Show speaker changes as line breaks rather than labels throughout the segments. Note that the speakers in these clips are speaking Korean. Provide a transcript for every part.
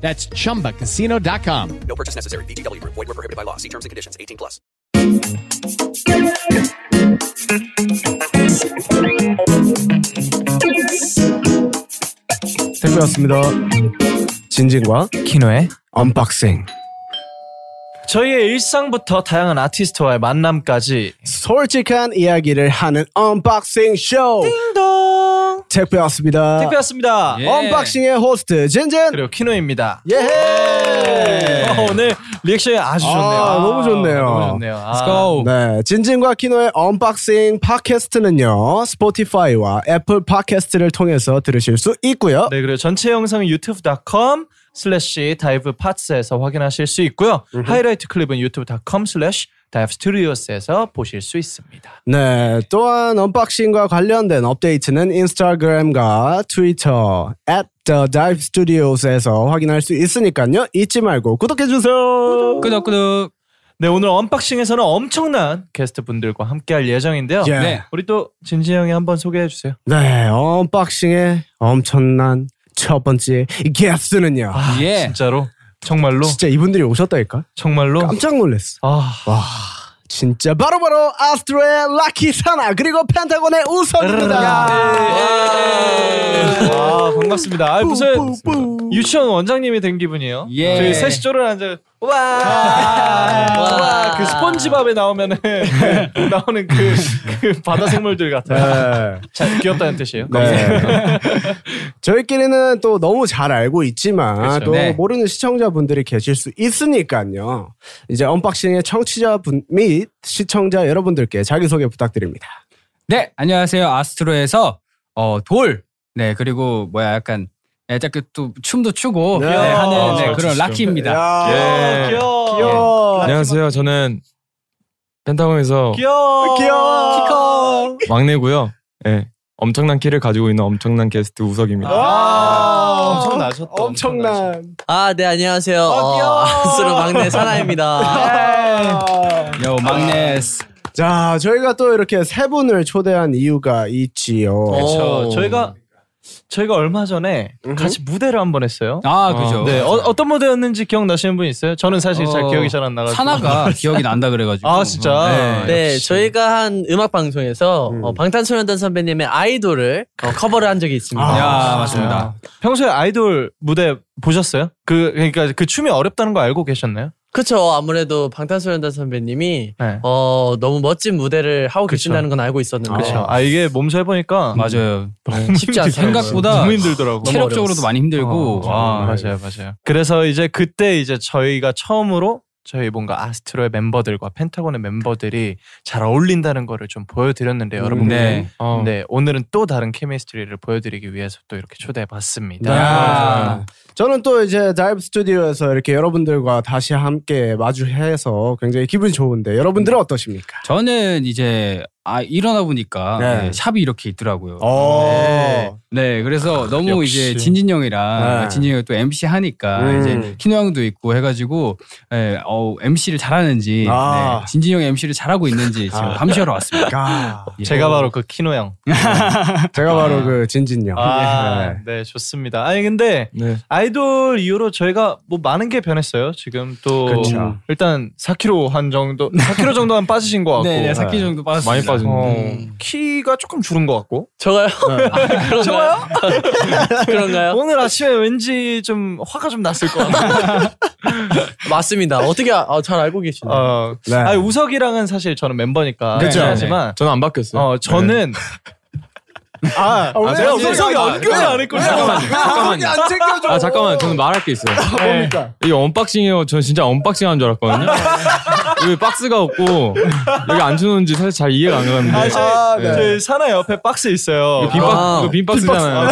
That's chumbacasino.com.
No purchase necessary. VGW Group. Void were prohibited by law. See terms and conditions. 18 plus.
택배였습니다. 진진과
키노의
언박싱.
저희의 일상부터 다양한 아티스트와의 만남까지
솔직한 이야기를 하는 언박싱 쇼.
띵동
택배였습니다.
택배였습니다 어,
예.
언박싱의 호스트 진진.
그리고 키노입니다
예.
어, 오늘 리액션이 아주
아,
좋네요
너무 좋네요.
너무 좋네요 아.
Let's go.
네, 진진과 키노의 언박싱 팟캐스트는요, 스포티파이와 애플 팟캐스트를 통해서 들으실 수 있고요.
네 그리고 전체 영상은 youtube.com 슬래시 다이브 파츠에서 확인하실 수 있고요 하이라이트 클립은 youtube.com 슬래시 다이브 스튜디오스에서 보실 수 있습니다
네, 또한 언박싱과 관련된 업데이트는 인스타그램과 트위터 at the dive studios에서 확인할 수 있으니까요. 잊지 말고 구독해 주세요.
끄덕끄덕.
네 오늘 언박싱에서는 엄청난 게스트 분들과 함께할 예정인데요
예.
네.
우리 또 진진 형이 한번 소개해 주세요
네, 언박싱의 엄청난 첫 번째 게스트는요.
아,
예.
진짜로 정말로
진짜 이분들이 오셨다니까?
정말로
깜짝 놀랐어.
아
진짜 바로바로 아스트로의 라키 사나 그리고 펜타곤의 우선입니다.
아 반갑습니다. 아 무슨 유치원 원장님이 된 기분이에요.
예.
저희 셋이 쫄을 앉아 아,
와.
와와그 스펀지밥에 나오면은 그 나오는 그, 그 바다 생물들 같아요.
네.
자, 귀엽다는 뜻이에요.
네. 저희끼리는 또 너무 잘 알고 있지만
그렇죠.
또
네.
모르는 시청자분들이 계실 수 있으니까요. 이제 언박싱의 청취자분 및 시청자 여러분들께 자기소개 부탁드립니다.
네, 안녕하세요. 아스트로에서 어, 돌. 네, 그리고 뭐야 약간 네, 약간 또 춤도 추고
네.
네, 하는 네,
아, 잘
그런
추시죠.
라키입니다. 예.
야,
아, 귀여워.
귀여워.
예. 안녕하세요. 저는 펜타곤에서
귀여워.
귀여워.
막내고요. 예. 엄청난 키를 가지고 있는 엄청난 게스트 우석입니다.
아, 엄청나셨다.
엄청난.
아, 네, 안녕하세요. 어,
귀여워.
아스로 막내 사나입니다.
요
아.
막내 스-
자, 저희가 또 이렇게 세 분을 초대한 이유가 있지요.
그렇죠. 저희가 저희가 얼마 전에 같이 무대를 한 번 했어요.
아, 그죠.
네, 어, 어떤 무대였는지 기억나시는 분 있어요? 저는 사실 잘
어,
기억이 잘 안 나가지고.
사나가 기억이 난다 그래 가지고.
네. 아, 진짜?
네, 저희가 한 음악 방송에서 어, 방탄소년단 선배님의 아이돌을 어, 커버를 한 적이 있습니다.
네.
아.
야, 맞습니다.
평소에 아이돌 무대 보셨어요? 그 그러니까 그 춤이 어렵다는 거 알고 계셨나요?
그쵸, 아무래도 방탄소년단 선배님이
네.
어, 너무 멋진 무대를 하고 계신다는 건 알고 있었는데.
그렇죠. 아 이게 몸소 해보니까
맞아요.
쉽지 않더라고요.
생각보다 어,
너무 힘들더라고.
체력적으로도 많이 힘들고
와, 맞아요, 맞아요. 그래서 이제 그때 이제 저희가 처음으로 저희 뭔가 아스트로의 멤버들과 펜타곤의 멤버들이 잘 어울린다는 거를 좀 보여드렸는데 여러분.
네.
어,
네, 오늘은 또 다른 케미스트리를 보여드리기 위해서 또 이렇게 초대해봤습니다.
야.
네. 저는 또 이제 다이브 스튜디오에서 이렇게 여러분들과 다시 함께 마주해서 굉장히 기분이 좋은데 여러분들은 어떠십니까?
저는 이제 아 일어나 보니까
네.
네, 샵이 이렇게 있더라고요.
어.
네, 그래서 너무 이제 진진 형이랑
네.
진진 형이 또 MC 하니까
음.
이제 키노 형도 있고 해가지고 예, 어, MC를 잘하는지
아.
네, 진진 형이 MC를 잘하고 있는지 지금
아.
감시하러 왔습니다.
아,
예.
제가 바로 그 키노 형.
제가 바로 그 진진요.
아, 네, 좋습니다. 아니 근데
네.
아이돌 이후로 저희가 뭐 많은 게 변했어요. 지금 또
그쵸.
일단 4kg 한 정도, 4kg 정도 한 빠지신 것 같고.
네, 네, 4kg 정도 빠졌습니다.
많이 빠졌네.
어,
음.
키가 조금 줄은 것 같고.
저가요? 그런가요? 그런가요?
오늘 아침에 왠지 좀 화가 좀 났을 것 같아요.
맞습니다. 어떻게 아, 아, 잘 알고 계시나요?
어,
네.
아니, 우석이랑은 사실 저는 멤버니까. 네,
그쵸.
하지만
저는 안 바뀌었어요.
어, 저는
아,
아, 제가 우석이 언급을 아, 안
네,
했거든요.
잠깐만요. 안 챙겨줘.
아 잠깐만, 저는 말할 게 있어요.
뭡니까?
이게 언박싱이에요. 저는 진짜 언박싱 하는 줄 알았거든요. 여기 박스가 없고 여기 앉혀놓은지 사실 잘 이해가 안 가는데
아, 저희,
아, 네.
저희 사나 옆에 박스 있어요. 어,
빈
아.
박스 빈 박스잖아요.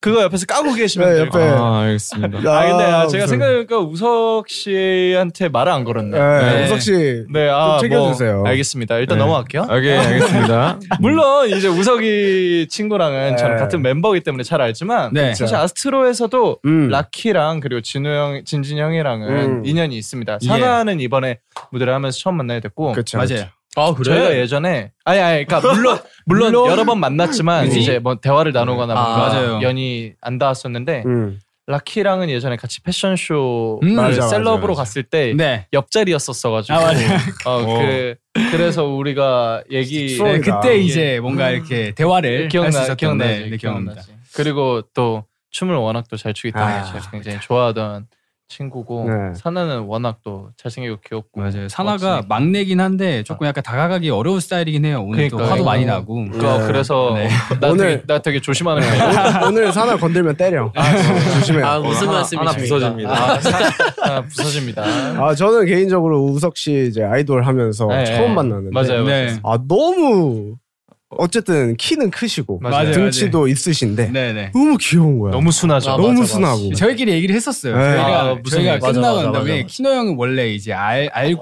그거 옆에서 까고 계시면
네,
돼요.
옆에.
아 알겠습니다.
아 근데 아, 제가
무슨-
생각해보니까 우석 씨한테 말을 안 걸었네.
네,
네.
우석 씨.
네, 아,
좀 챙겨주세요.
뭐, 알겠습니다. 일단
네.
넘어갈게요.
아, 음.
오케이 알겠습니다.
물론 이제 우석이 친구랑은
네.
저는 같은 멤버이기 때문에 잘 알지만
네.
사실 아스트로에서도
음.
라키랑 그리고 진우 형, 진진 형이랑은
음.
인연이 있습니다. 사나는 이번에 무대를 하면서 처음 만나게 됐고
그쵸.
맞아요.
아
저희가 예전에 아니 아니 그러니까 물론 물론 여러 번 만났지만
그치.
이제 뭐 대화를 나누거나
아,
뭔가
맞아요.
연이 안 닿았었는데
음.
라키랑은 예전에 같이 패션쇼
음. 맞아,
맞아,
셀럽으로
맞아.
갔을 때
네.
옆자리였었어가지고
아, 맞아요.
어, 그, 그래서 우리가 얘기 네,
네,
추억이다.
그때 이제 뭔가 이렇게 대화를 할 수
기억나
있었던
기억나지
네, 네, 기억납니다.
기억나지. 그리고 또 춤을 워낙 또 잘 추기 때문에
아,
제가 굉장히 좋아하던 친구고
네.
사나는 워낙 또 잘생기고 귀엽고
맞아요. 사나가
멋지니까.
막내긴 한데 조금 약간 다가가기 어려운 스타일이긴 해요. 오늘 또
그러니까요.
화도 많이 나고.
그러니까
네.
그래서
네.
나,
오늘-
되게, 나 되게 조심하는 거예요.
오늘 사나 건들면 때려. 조심해.
아
네.
요
무슨
하나-
말씀이십니까?
하나 부서집니다.
아, 사- 아, 부서집니다.
아 저는 개인적으로 우석 씨 이제 아이돌 하면서
네,
처음
네.
만났는데
맞아요.
네.
아 너무 어쨌든 키는 크시고
맞아요.
등치도 있으신데
네, 네.
너무 귀여운 거야.
너무 순하죠.
아,
너무
맞아, 맞아.
순하고.
저희끼리 얘기를 했었어요.
네.
저희가,
아, 무슨
저희가
얘기?
끝나고
맞아, 맞아,
난 다음에
맞아, 맞아.
키노 형은 원래 이제 알, 알고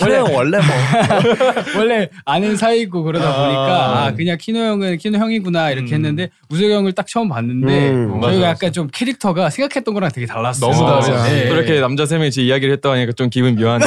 그래 원래 뭐
원래 아는 사이고 그러다
아.
보니까 아, 그냥 키노 형은 키노 형이구나 이렇게
음.
했는데 우석이 형을 딱 처음 봤는데
음,
맞아,
저희가 약간 좀 캐릭터가 생각했던 거랑 되게 달랐어요.
너무
아,
다르죠. 예.
네.
그렇게 남자 세 명이 제 이야기를 했다고 하니까 좀 기분 묘하네.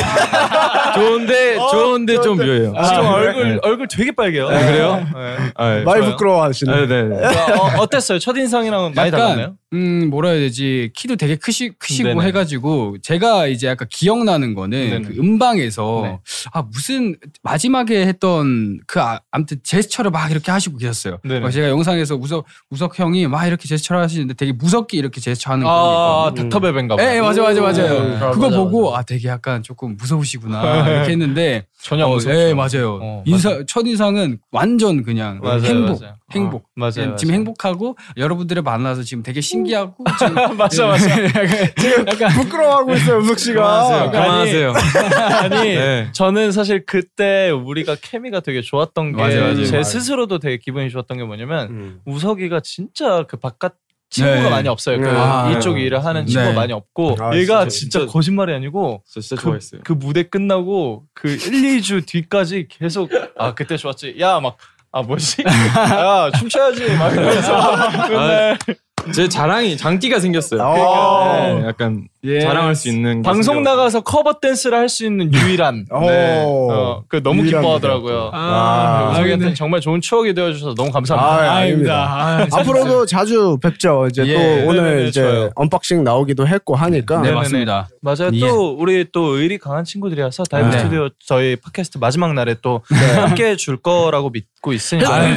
좋은데 좋은데 좀 묘해요.
어, 지금
네.
얼굴 얼굴 되게 빨개요.
네, 그래요?
네.
아, 예.
많이
좋아요.
부끄러워하시네.
아, 네, 네.
어, 어땠어요? 첫 인상이랑은 많이 달랐나요?
음 뭐라 해야 되지 키도 되게 크시 크시고
네네.
해가지고 제가 이제 약간 기억나는 거는
네네.
그 음방에서
네.
아 무슨 마지막에 했던 그 아, 아무튼 제스처를 막 이렇게 하시고 계셨어요.
네네.
어, 제가 영상에서 우석 우석 형이 막 이렇게 제스처를 하시는데 되게 무섭게 이렇게 제스처하는
아, 네,
거.
닥터베베인가 봐.
예, 예, 맞아, 맞아, 맞아요.
음,
그거
맞아,
보고,
맞아.
아, 되게 약간 조금 무서우시구나, 이렇게 했는데,
네. 전혀 안
어,
무섭죠.
예, 맞아요.
어,
인사, 첫인상은 완전 그냥
맞아요,
행복,
맞아요.
행복. 예,
맞아요. 맞아요.
지금 행복하고 여러분들을 만나서 지금 되게
음.
신기하고 지금
맞아, 맞아.
예. 약간, 약간
부끄러워하고 있어요, 우석
그만하세요.
씨가.
그만하세요.
아니
네.
저는 사실 그때 우리가 케미가 되게 좋았던 게
맞아요, 맞아요.
제
맞아요.
스스로도 되게 기분이 좋았던 게 뭐냐면
음.
우석이가 진짜 그 바깥 친구가
네.
많이 없어요. 그
아,
이쪽 일을 하는
네.
친구가 많이 없고
아,
얘가
진짜,
진짜,
진짜.
거짓말이 아니고
저 진짜
그,
좋아했어요.
그 무대 끝나고 그 1, 2주 뒤까지 계속 아 그때 좋았지 야 막 아 뭐지 야 춤춰야지 막 이러면서 맨날
아, 제 자랑이 장기가 생겼어요.
그러니까,
아.
네, 약간
예.
자랑할 수 있는 게
방송
생겨가지고.
나가서 커버 댄스를 할 수 있는 유일한 네.
오.
어, 그 너무
유일한
기뻐하더라고요.
아,
아,
우석이한테 정말 좋은 추억이 되어주셔서 너무 감사합니다.
아, 아닙니다.
아닙니다. 아,
앞으로도 자주 뵙죠. 이제
예.
또 오늘
네네네,
이제
좋아요.
언박싱 나오기도 했고 하니까.
네
네네네.
맞습니다.
맞아요.
예.
또 우리 또 의리 강한 친구들이라서 다이브
네.
스튜디오 저희 팟캐스트 마지막 날에 또 함께 줄 거라고 믿고 있으니까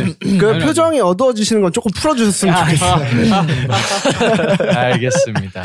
그 표정이 어두워지시는 건 조금
아,
풀어주셨으면 좋겠어요.
알겠습니다.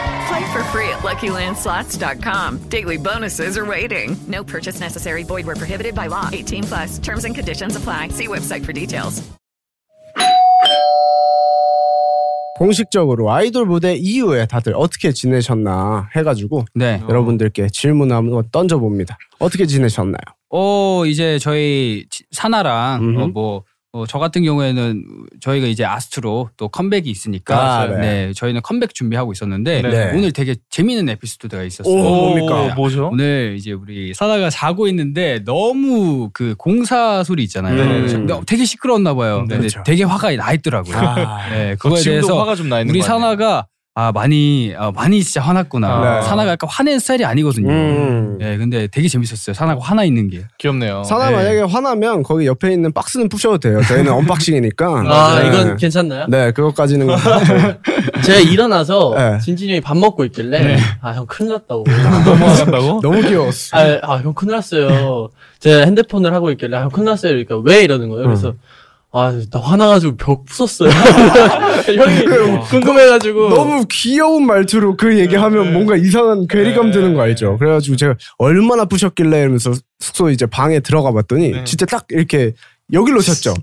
Play for free at LuckyLandSlots.com. Daily bonuses are waiting. No purchase necessary. Void where prohibited by law. 18 plus terms and conditions apply. See website for details.
공식적으로 아이돌 무대 이후에 다들 어떻게 지내셨나 해가지고
음.
네.
어. 여러분들께 질문 한번 던져봅니다. 어떻게 지내셨나요?
어 이제 저희 치- 사나랑
음흠.
어, 뭐 어, 저 같은 경우에는 저희가 이제 아스트로 또 컴백이 있으니까
아,
네.
네.
저희는 컴백 준비하고 있었는데
네.
오늘 되게 재밌는 에피소드가 있었어요.
오, 뭡니까?
뭐죠? 오늘 이제 우리 사다가 자고 있는데 너무 그 공사 소리 있잖아요.
네.
음. 너- 되게 시끄러웠나 봐요. 근데
그렇죠.
되게 화가 나 있더라고요.
아.
네,
어,
그거에
지금도
대해서
화가 좀나 있는
우리
거 아니에요?
사나가 아 많이 아, 많이 진짜 화났구나.
네.
사나가 약간 화낸 스타일이 아니거든요.
음.
네, 근데 되게 재밌었어요. 사나가 화나 있는 게 귀엽네요.
사나 만약에 화나면 거기 옆에 있는 박스는 부셔도 돼요. 저희는 언박싱이니까.
아, 이건 괜찮나요?
네, 그것까지는
제가 일어나서
네.
진진이 형이 밥 먹고 있길래
네.
아 형 큰일 났다고 너무
화났다고?
너무 귀여웠어
아형 큰일 났어요 제가 핸드폰을 하고 있길래 아, 형 큰일 났어요 그러니까 왜 이러는 거예요 그래서
음.
아 나 화나가지고 벽 부쉈어요 형이 궁금해가지고
너무 귀여운 말투로 그 얘기하면 뭔가 이상한 괴리감 드는 거 알죠? 그래가지고 제가 얼마나 부셨길래 이러면서 숙소 이제 방에 들어가 봤더니 진짜 딱 이렇게 여기로 쳤죠.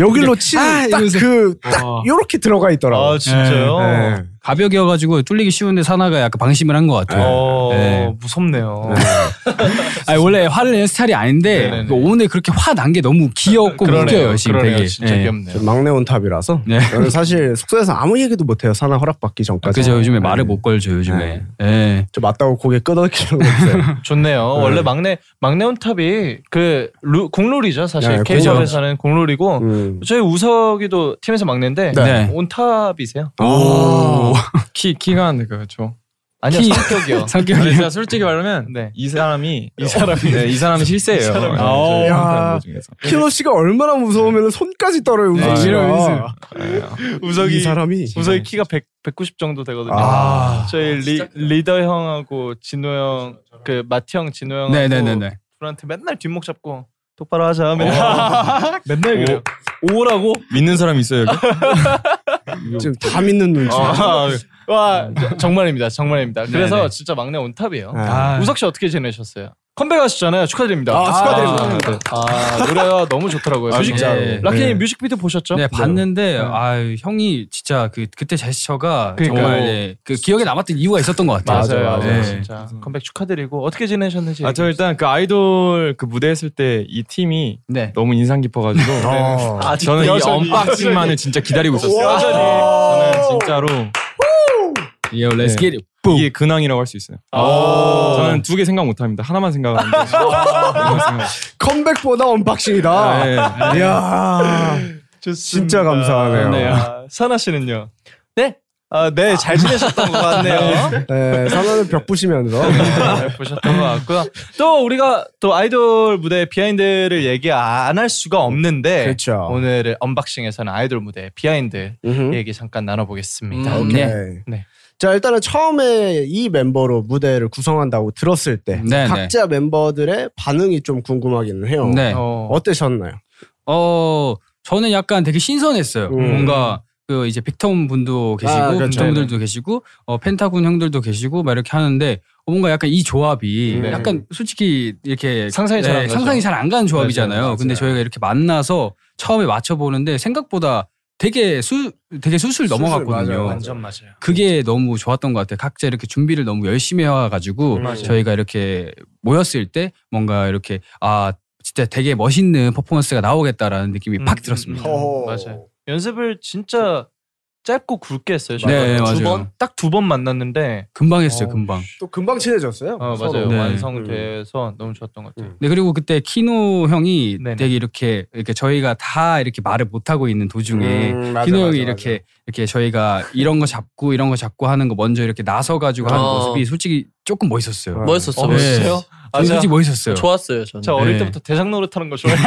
여기로 치는 딱 그 딱 요렇게 들어가
아,
있더라고요. 네.
가벽이어가지고 뚫리기 쉬운데 사나가 약간 방심을 한 것 같아요. 네.
어, 무섭네요.
아니, 원래 화를 내는 스타일이 아닌데 오늘 그렇게 화 난 게 너무 귀엽고
그러네요.
웃겨요 지금
그러네요.
되게.
진짜
네.
귀엽네요. 저 막내 온탑이라서
네.
저는 사실 숙소에서 아무 얘기도 못해요. 사나 허락받기 전까지.
그죠 요즘에 말을 못 걸죠 요즘에. 네.
저 맞다고 고개 끄덕이려고 했어요.
좋네요.
네.
원래 막내 막내 온탑이 그 루, 공룰이죠 사실
네, 음.
K팝에서는 공룰이고 저희 우석이도 팀에서 막내인데
네.
온탑이세요.
아,
키 키가 안 될까요? 저
아니요,
키.
성격이요.
아니, 진짜 솔직히 말하면 이 사람이 이 사람이 네, 이 사람이 실세예요.
이 사람이.
네,
아,
저희
야.
멤버 중에서.
키노 씨가 얼마나 무서우면 손까지 떨어요.
네,
우석 씨가.
이러면서. 우석이
이 사람이
우석이 키가 100, 190 정도 되거든요.
아.
저희 리, 리더 형하고 진호 형, 그 마티 형, 진호 형하고
네네네네.
둘한테 맨날 뒷목 잡고 똑바로 하자 아. 맨날 맨날 네, 그래요.
어, 오라고 믿는 사람 있어요. 여기?
지금 다 믿는 눈치.
아, 와 저- 정말입니다, 정말입니다. 그래서
네네.
진짜 막내 온탑이에요.
아.
우석 씨 어떻게 지내셨어요? 컴백하셨잖아요. 축하드립니다.
아, 축하드립니다. 네.
아, 노래가 너무 좋더라고요.
아,
뮤직,
진짜로. 네.
라키님
네.
뮤직비디오 보셨죠?
네 봤는데 아 형이 진짜 그 그때 제스처가
그러니까요.
정말 네, 그 기억에 남았던 이유가 있었던 것 같아요.
맞아요, 맞아요.
네.
진짜 컴백 축하드리고 어떻게 지내셨는지.
아, 저 일단 그 아이돌 그 무대 했을 때 이 팀이 너무 인상 깊어가지고
어. 아,
저는 이
네. 여전히,
언박싱만을
여전히.
진짜 기다리고
와.
있었어요. 저는 진짜로
Yo, let's get it.
이게 근황이라고 할 수 있어요.
오.
저는 두 개 생각 못합니다. 하나만 생각하는데
어.
컴백보다 언박싱이다.
네.
이야. 진짜 감사하네요.
네. 아, 사나 씨는요? 네. 아, 네, 잘 지내셨던 것
아,
같네요. 네,
네, 사나는 벽 부시면서.
잘 보셨던 것 같고요. 또 우리가 또 아이돌 무대 비하인드를 얘기 안 할 수가 없는데
어.
그렇죠.
오늘은 언박싱에서는 아이돌 무대 비하인드
음흠.
얘기 잠깐 나눠보겠습니다.
음, 오케이.
네.
자 일단은 처음에 이 멤버로 무대를 구성한다고 들었을 때
네.
각자 멤버들의 반응이 좀 궁금하기는 해요.
네.
어. 어떠셨나요?
어 저는 약간 되게 신선했어요.
음.
뭔가 그 이제 빅톤 분도 계시고
아, 그렇죠.
빅톤 분들도 계시고 어, 펜타곤 형들도 계시고 막 이렇게 하는데 어, 뭔가 약간 이 조합이
네.
약간 솔직히 이렇게
상상이 잘안 가죠.
네, 상상이 잘 안 가는 조합이잖아요.
맞아요,
근데 저희가 이렇게 만나서 처음에 맞춰 보는데 생각보다 되게 수 되게 수술 넘어갔거든요.
완전 맞아요.
그게 너무 좋았던 것 같아요. 각자 이렇게 준비를 너무 열심히 해와가지고
음, 맞아요.
저희가 이렇게 모였을 때 뭔가 이렇게 아 진짜 되게 멋있는 퍼포먼스가 나오겠다라는 느낌이
음.
팍 들었습니다.
맞아요. 연습을 진짜 짧고 굵게 했어요.
네, 맞아요.
딱두 번 만났는데
금방 했어요, 금방.
또 금방 친해졌어요.
어,
서로.
맞아요.
네.
완성돼서 너무 좋았던 것 같아요.
네 그리고 그때 키노 형이 되게 이렇게 이렇게 저희가 다 이렇게 말을 못 하고 있는 도중에
음, 맞아,
키노
맞아,
형이 이렇게 이렇게 저희가 이런 거 잡고 이런 거 잡고 하는 거 먼저 이렇게 나서 가지고 하는
어.
모습이 솔직히 조금 멋있었어요.
멋있었어,
네.
멋있었어요?
저는 솔직히
네.
멋있었어요.
좋았어요, 저는.
제가 어릴
네.
때부터 대장 노릇하는 거 좋아해요.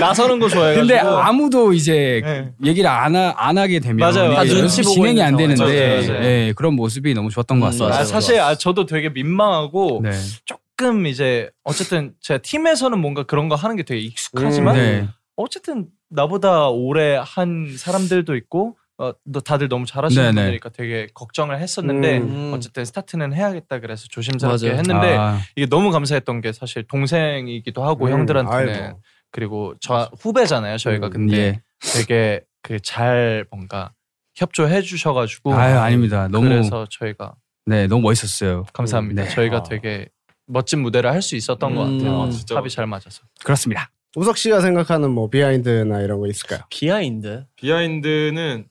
나서는 거 네. 좋아해요.
근데 아무도 네. 이제 얘기를 안, 하, 안 하게 되면
맞아요,
이게
맞아요.
연습이
눈치 보고
진행이 안
있는
되는데
상황. 맞아요, 맞아요.
예, 그런 모습이 너무 좋았던 것 같습니다.
아, 사실 음, 아, 저도 되게 민망하고
네.
조금 이제 어쨌든 제가 팀에서는 뭔가 그런 거 하는 게 되게 익숙하지만
음, 네.
어쨌든 나보다 오래 한 사람들도 있고 어, 너 다들 너무 잘하시는
네, 네.
분들이니까 되게 걱정을 했었는데
음.
어쨌든 스타트는 해야겠다 그래서 조심스럽게
맞아요.
했는데
아.
이게 너무 감사했던 게 사실 동생이기도 하고
음,
형들한테는 네.
아이고.
그리고 저 후배잖아요 저희가 근데
예.
되게 그 잘 뭔가 협조해 주셔가지고
아유, 아닙니다. 너무-
그래서 저희가
네, 너무 멋있었어요.
감사합니다.
네.
음.
아,
저희가 되게 멋진 무대를 할 수 있었던 것 같아요. 합이 잘 맞아서.
그렇습니다.
우석 씨가 생각하는 뭐 비하인드나 이런 거 있을까요?
비하인드?
비하인드는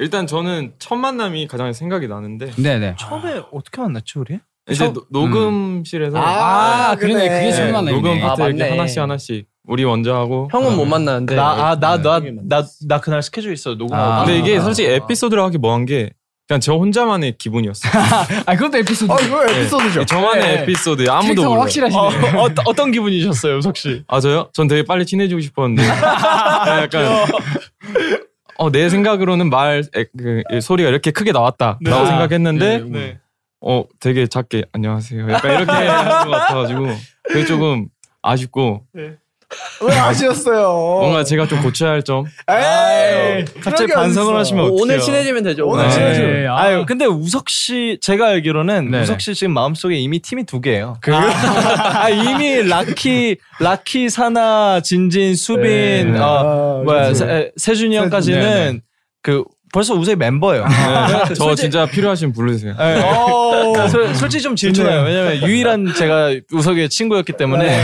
일단 저는 첫 만남이 가장 생각이 나는데
네네.
처음에
아.
어떻게 만났죠 우리?
이제
처음-
노- 녹음실에서
아, 아, 그러네. 그러네. 그게 처음 만남이네.
녹음 파트
아,
이렇게
맞네.
하나씩 하나씩 우리 먼저 하고
형은 못 만났는데
나아나나 나 나 그날 스케줄 있어 녹음하고.
아.
근데 이게 사실 에피소드라 하기 뭐한 게 그냥 저 혼자만의 기분이었어요.
아 그것도 에피소드.
아, 이거 에피소드죠. 네, 저만의 에피소드, 아무도
캐릭터가
몰라요.
확실하시네.
어,
어떤 기분이셨어요, 우석 씨?
아 저요? 전 되게 빨리 친해지고 싶었는데 네, 약간 어, 내 생각으로는 말 에, 그, 이 소리가 이렇게 크게 나왔다라고
아,
생각했는데
네, 네.
어 되게 작게 안녕하세요 약간 이렇게 한것 같아가지고 그게 조금 아쉽고
왜 아쉬웠어요?
뭔가 제가 좀 고쳐야 할 점
에이,
갑자기 반성을 하시면 어떡해요?
네.
아유, 근데 우석 씨 제가 알기로는
네네.
우석 씨 지금 마음속에 이미 팀이 두 개예요. 아, 아, 이미 라키 라키 사나 진진 수빈
네.
어,
아,
뭐야
그죠.
세, 세준이
네,
형까지는 그 벌써 우석이 멤버예요.
아.
네, 저
솔직-
진짜 필요하시면 부르세요
네.
오.
솔- 솔직히 좀 질투나요. 왜냐면 유일한 제가 우석의 친구였기 때문에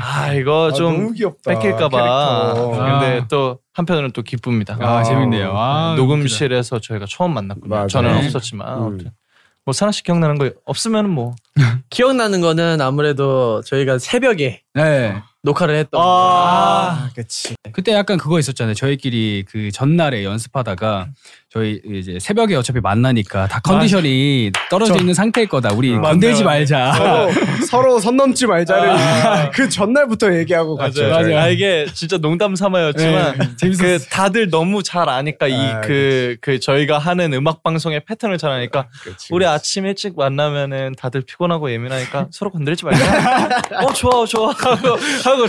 아 이거 좀 뺏길까봐.
캐릭터.
근데
아.
또 한편으로는 또 기쁩니다.
아, 재밌네요. 아,
네, 녹음실에서 저희가 처음 만났군요. 음. 저는
네.
없었지만 아무튼. 뭐 사나 씨 기억나는 거 없으면 뭐
기억나는 거는 아무래도 저희가 새벽에
네.
녹화를 했던
아,
그치.
그때 약간 그거 있었잖아요. 저희끼리 그 전날에 연습하다가 저희 이제 새벽에 어차피 만나니까 다 컨디션이 떨어져
저-
있는 상태일 거다. 우리 건들지 말자.
아.
서로, 서로 선 넘지 말자를 그 전날부터 얘기하고
맞아요.
갔죠.
맞아요. 아, 이게 진짜 농담 삼아였지만
네.
그 다들 너무 잘 아니까 이 그 그 저희가 하는 음악 방송의 패턴을 잘 아니까 우리 아침 일찍 만나면은 다들 피곤하고 예민하니까 서로 건드리지 말자. 어 좋아 좋아 하고 하고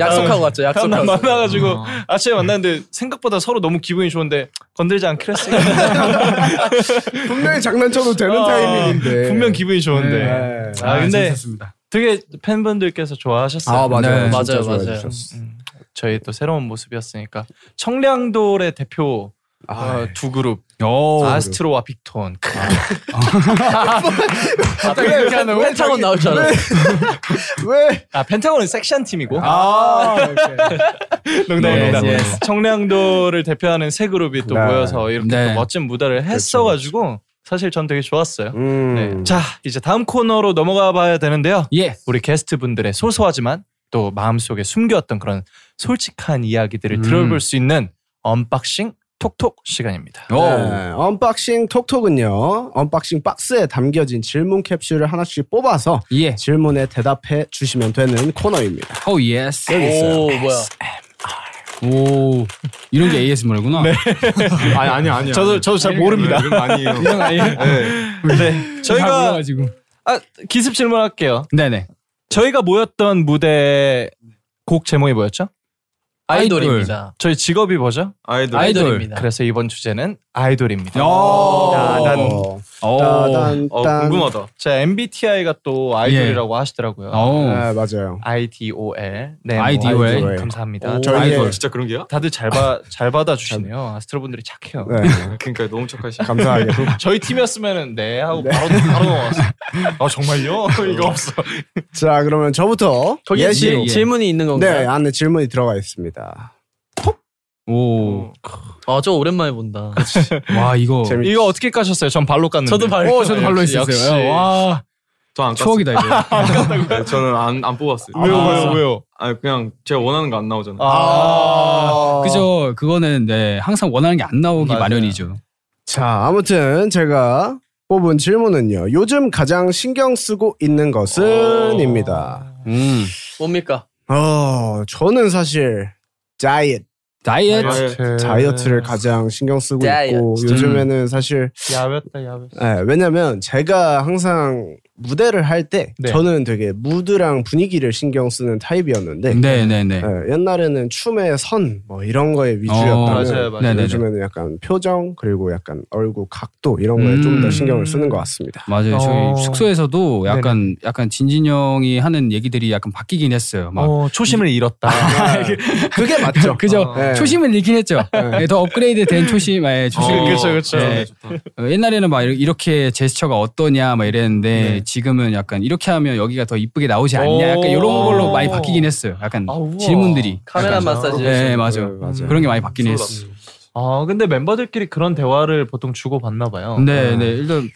약속하고 갔죠, 어. 약속하고.
다음날 만나가지고 아침에 만났는데 생각보다 서로 너무 기분이 좋은데 건들지 않기로 했으니까
분명히 장난쳐도 되는
어,
타이밍인데.
분명 기분이 좋은데.
네.
아
아,
근데
재밌었습니다.
되게 팬분들께서 좋아하셨어요.
아, 맞아요. 진짜
네. 맞아요,
좋아해
맞아요.
주셨어요.
음, 저희 또 새로운 모습이었으니까 청량돌의 대표
아, 네.
어, 두 그룹 아스트로와 빅톤.
왜 펜타곤 펜타곤 나올 줄 알았어.
왜?
아 펜타곤은 섹시한 팀이고.
아,
농담
네,
농담.
네.
청량도를 대표하는 세 그룹이 또
네. 그렇죠.
모여서 이렇게
네.
또 멋진 무대를 했어가지고 사실 전 되게 좋았어요.
음.
네. 자 이제 다음 코너로 넘어가 봐야 되는데요.
예.
우리 게스트 분들의 소소하지만 또 마음속에 숨겨왔던 그런 솔직한 이야기들을
음.
들어볼 수 있는 언박싱 톡톡 시간입니다.
네, 언박싱 톡톡은요. 언박싱 박스에 담겨진 질문 캡슐을 하나씩 뽑아서 질문에 대답해 주시면 되는 코너입니다.
예. 오 예스.
여기 있어요.
오 뭐야. 오 이런 게 ASMR구나. 네.
아니 아니 아니.
저도 저도 잘 모릅니다.
이런 거 아니에요.
이런 거 아니에요?
네. 저희가 아 기습 질문할게요.
네네.
저희가 모였던 무대 곡 제목이 뭐였죠?
아이돌입니다.
저희 직업이 뭐죠?
아이돌.
네.
아이돌입니다.
그래서 이번 주제는 아이돌입니다.
오.
따단.
오.
아, 따단,
어,
딴.
궁금하다. 제 MBTI가 또 아이돌이라고 하시더라고요.
어.
네, 맞아요.
IDOL. 네,
IDOL.
아이돌. 감사합니다.
어,
오, 저희의-
예,
아이돌 진짜 그런 게요?
어, 다들 잘, 봐, 잘 받아주시네요. 아스트로분들이 착해요.
네. 그러니까 너무 착하시네.
감사하게.
저희 팀이었으면 네 하고 바로 바로 넘어왔어요. 아 정말요? 이거 없어.
자, 그러면 저부터
거기에
예시로.
지- 질문이 있는 건가요?
네, 안에 질문이 들어가 있습니다.
예. 오.
아, 저 오랜만에 본다.
와 이거
이거 어떻게 까셨어요? 전 발로 깠는데.
저도 발로.
오, 저도 발로 했었어요. 와.
아, 저안
추억이다, 이거.
네, 저는 안, 안 뽑았어요.
왜요,
아,
왜요, 왜요?
아니 그냥 제가 원하는 거 안 나오잖아요.
아, 그죠. 그거는 네, 항상 원하는 게 안 나오기 마련이죠.
자, 아무튼 제가 뽑은 질문은요. 요즘 가장 신경 쓰고 있는 것은입니다.
음.
뭡니까?
어, 저는 사실 다이어트. 네.
다이어트.
다이어트를 가장 신경 쓰고
다이어트. 음.
있고 요즘에는 사실
야외다 야외.
네, 왜냐면 제가 항상 무대를 할 때
네.
저는 되게 무드랑 분위기를 신경 쓰는 타입이었는데
네, 네, 네.
예, 옛날에는 춤의 선 뭐 이런 거에
어,
위주였다면
맞아요, 맞아요. 네네네.
요즘에는 약간 표정 그리고 약간 얼굴 각도 이런 거에
음.
좀 더 신경을 쓰는 것 같습니다.
맞아요. 저희
어.
숙소에서도 약간 약간 진진 형이 하는 얘기들이 약간 바뀌긴 했어요. 막
어, 초심을 잃었다.
그게 맞죠.
그죠.
네.
초심을 잃긴 했죠. 네, 더 업그레이드 된 초심, 예, 초심.
어, 그쵸, 그쵸.
예. 어, 옛날에는 막 이렇게 제스처가 어떠냐 막 이랬는데 지금은 약간 이렇게 하면 여기가 더 이쁘게 나오지 않냐 약간
오.
이런 걸로 많이 바뀌긴 했어요. 약간 질문들이
카메라
약간-
마사지
네
하시는
맞아요.
거예요.
음,
맞아요.
그런 게 많이 바뀌긴
소름.
했어요.
아 근데 멤버들끼리 그런 대화를 보통 주고 받나 봐요.
네, 네. 일단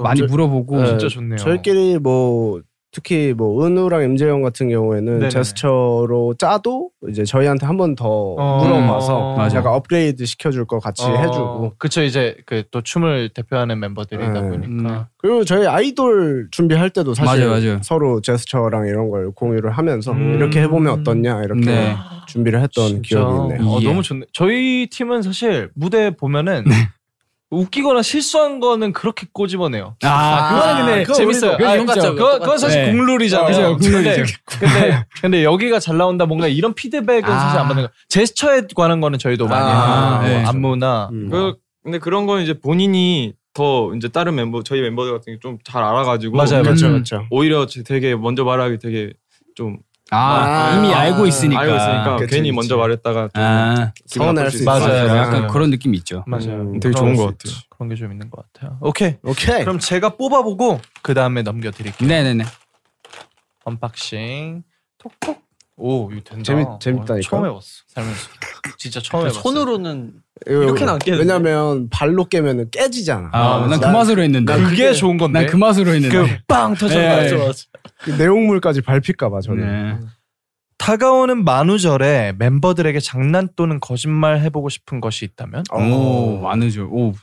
많이 물어보고
어, 진짜 좋네요.
저희끼리 뭐 특히 뭐 은우랑 MJ 형 같은 경우에는
네네네.
제스처로 짜도 이제 저희한테 한 번 더
어.
물어봐서
맞아.
약간 업그레이드 시켜줄 거 같이
어,
해주고
그쵸 이제 그 또 춤을 대표하는 멤버들이다
네.
보니까
그리고 저희 아이돌 준비할 때도 사실
맞아요, 맞아요.
서로 제스처랑 이런 걸 공유를 하면서 이렇게 해보면 어떻냐 이렇게
네.
준비를 했던 기억이 있네요.
어, 너무 좋네. 저희 팀은 사실 무대 보면은 웃기거나 실수한 거는 그렇게 꼬집어내요.
아,
그거는 근데
그거
재밌어요.
우리도-
아,
그거
맞죠.
재밌죠.
그거 그건 사실
네.
국룰이잖아요.
맞아요,
근데,
국룰이죠.
근데 근데 여기가 잘 나온다 뭔가 이런 피드백은 사실 안 받는 거. 제스처에 관한 거는 저희도 많이
아,
하고 뭐
네.
안무나
음.
그, 근데 그런 건 이제 본인이 더 이제 다른 멤버 저희 멤버들 같은 게 좀 잘 알아가지고
맞아요, 맞죠,
음.
맞죠.
오히려 제- 되게 먼저 말하기 되게 좀
아, 이미 알고 있으니까.
알고 있으니까
그치,
괜히
그치.
먼저 말했다가 좀
아,
기분 나쁠 수
맞아요.
있으니까.
약간 그런 느낌 이 있죠.
맞아요.
되게
그런
좋은
수
것
있죠.
같아요.
그런 게 좀 있는 것 같아요. 오케이.
오케이.
그럼 제가 뽑아보고 그 다음에 넘겨드릴게요.
네네네.
언박싱. 톡톡. 오, 이거 된다.
재밌- 재밌다니까.
처음 해봤어. 살면서. 진짜 처음 해봤어.
손으로는
이거-
이렇게는 안 깨는데.
왜냐면 발로 깨면은 깨지잖아.
아, 난 그 맛으로 했는데.
난
그게 좋은 건데. 난그 맛으로 했는데.
그빵 터져서
예.
맞아, 맞아.
그 내용물까지 밟힐까봐
네.
저는.
다가오는 만우절에 멤버들에게 장난 또는 거짓말 해보고 싶은 것이 있다면?
오, 많으죠. 오.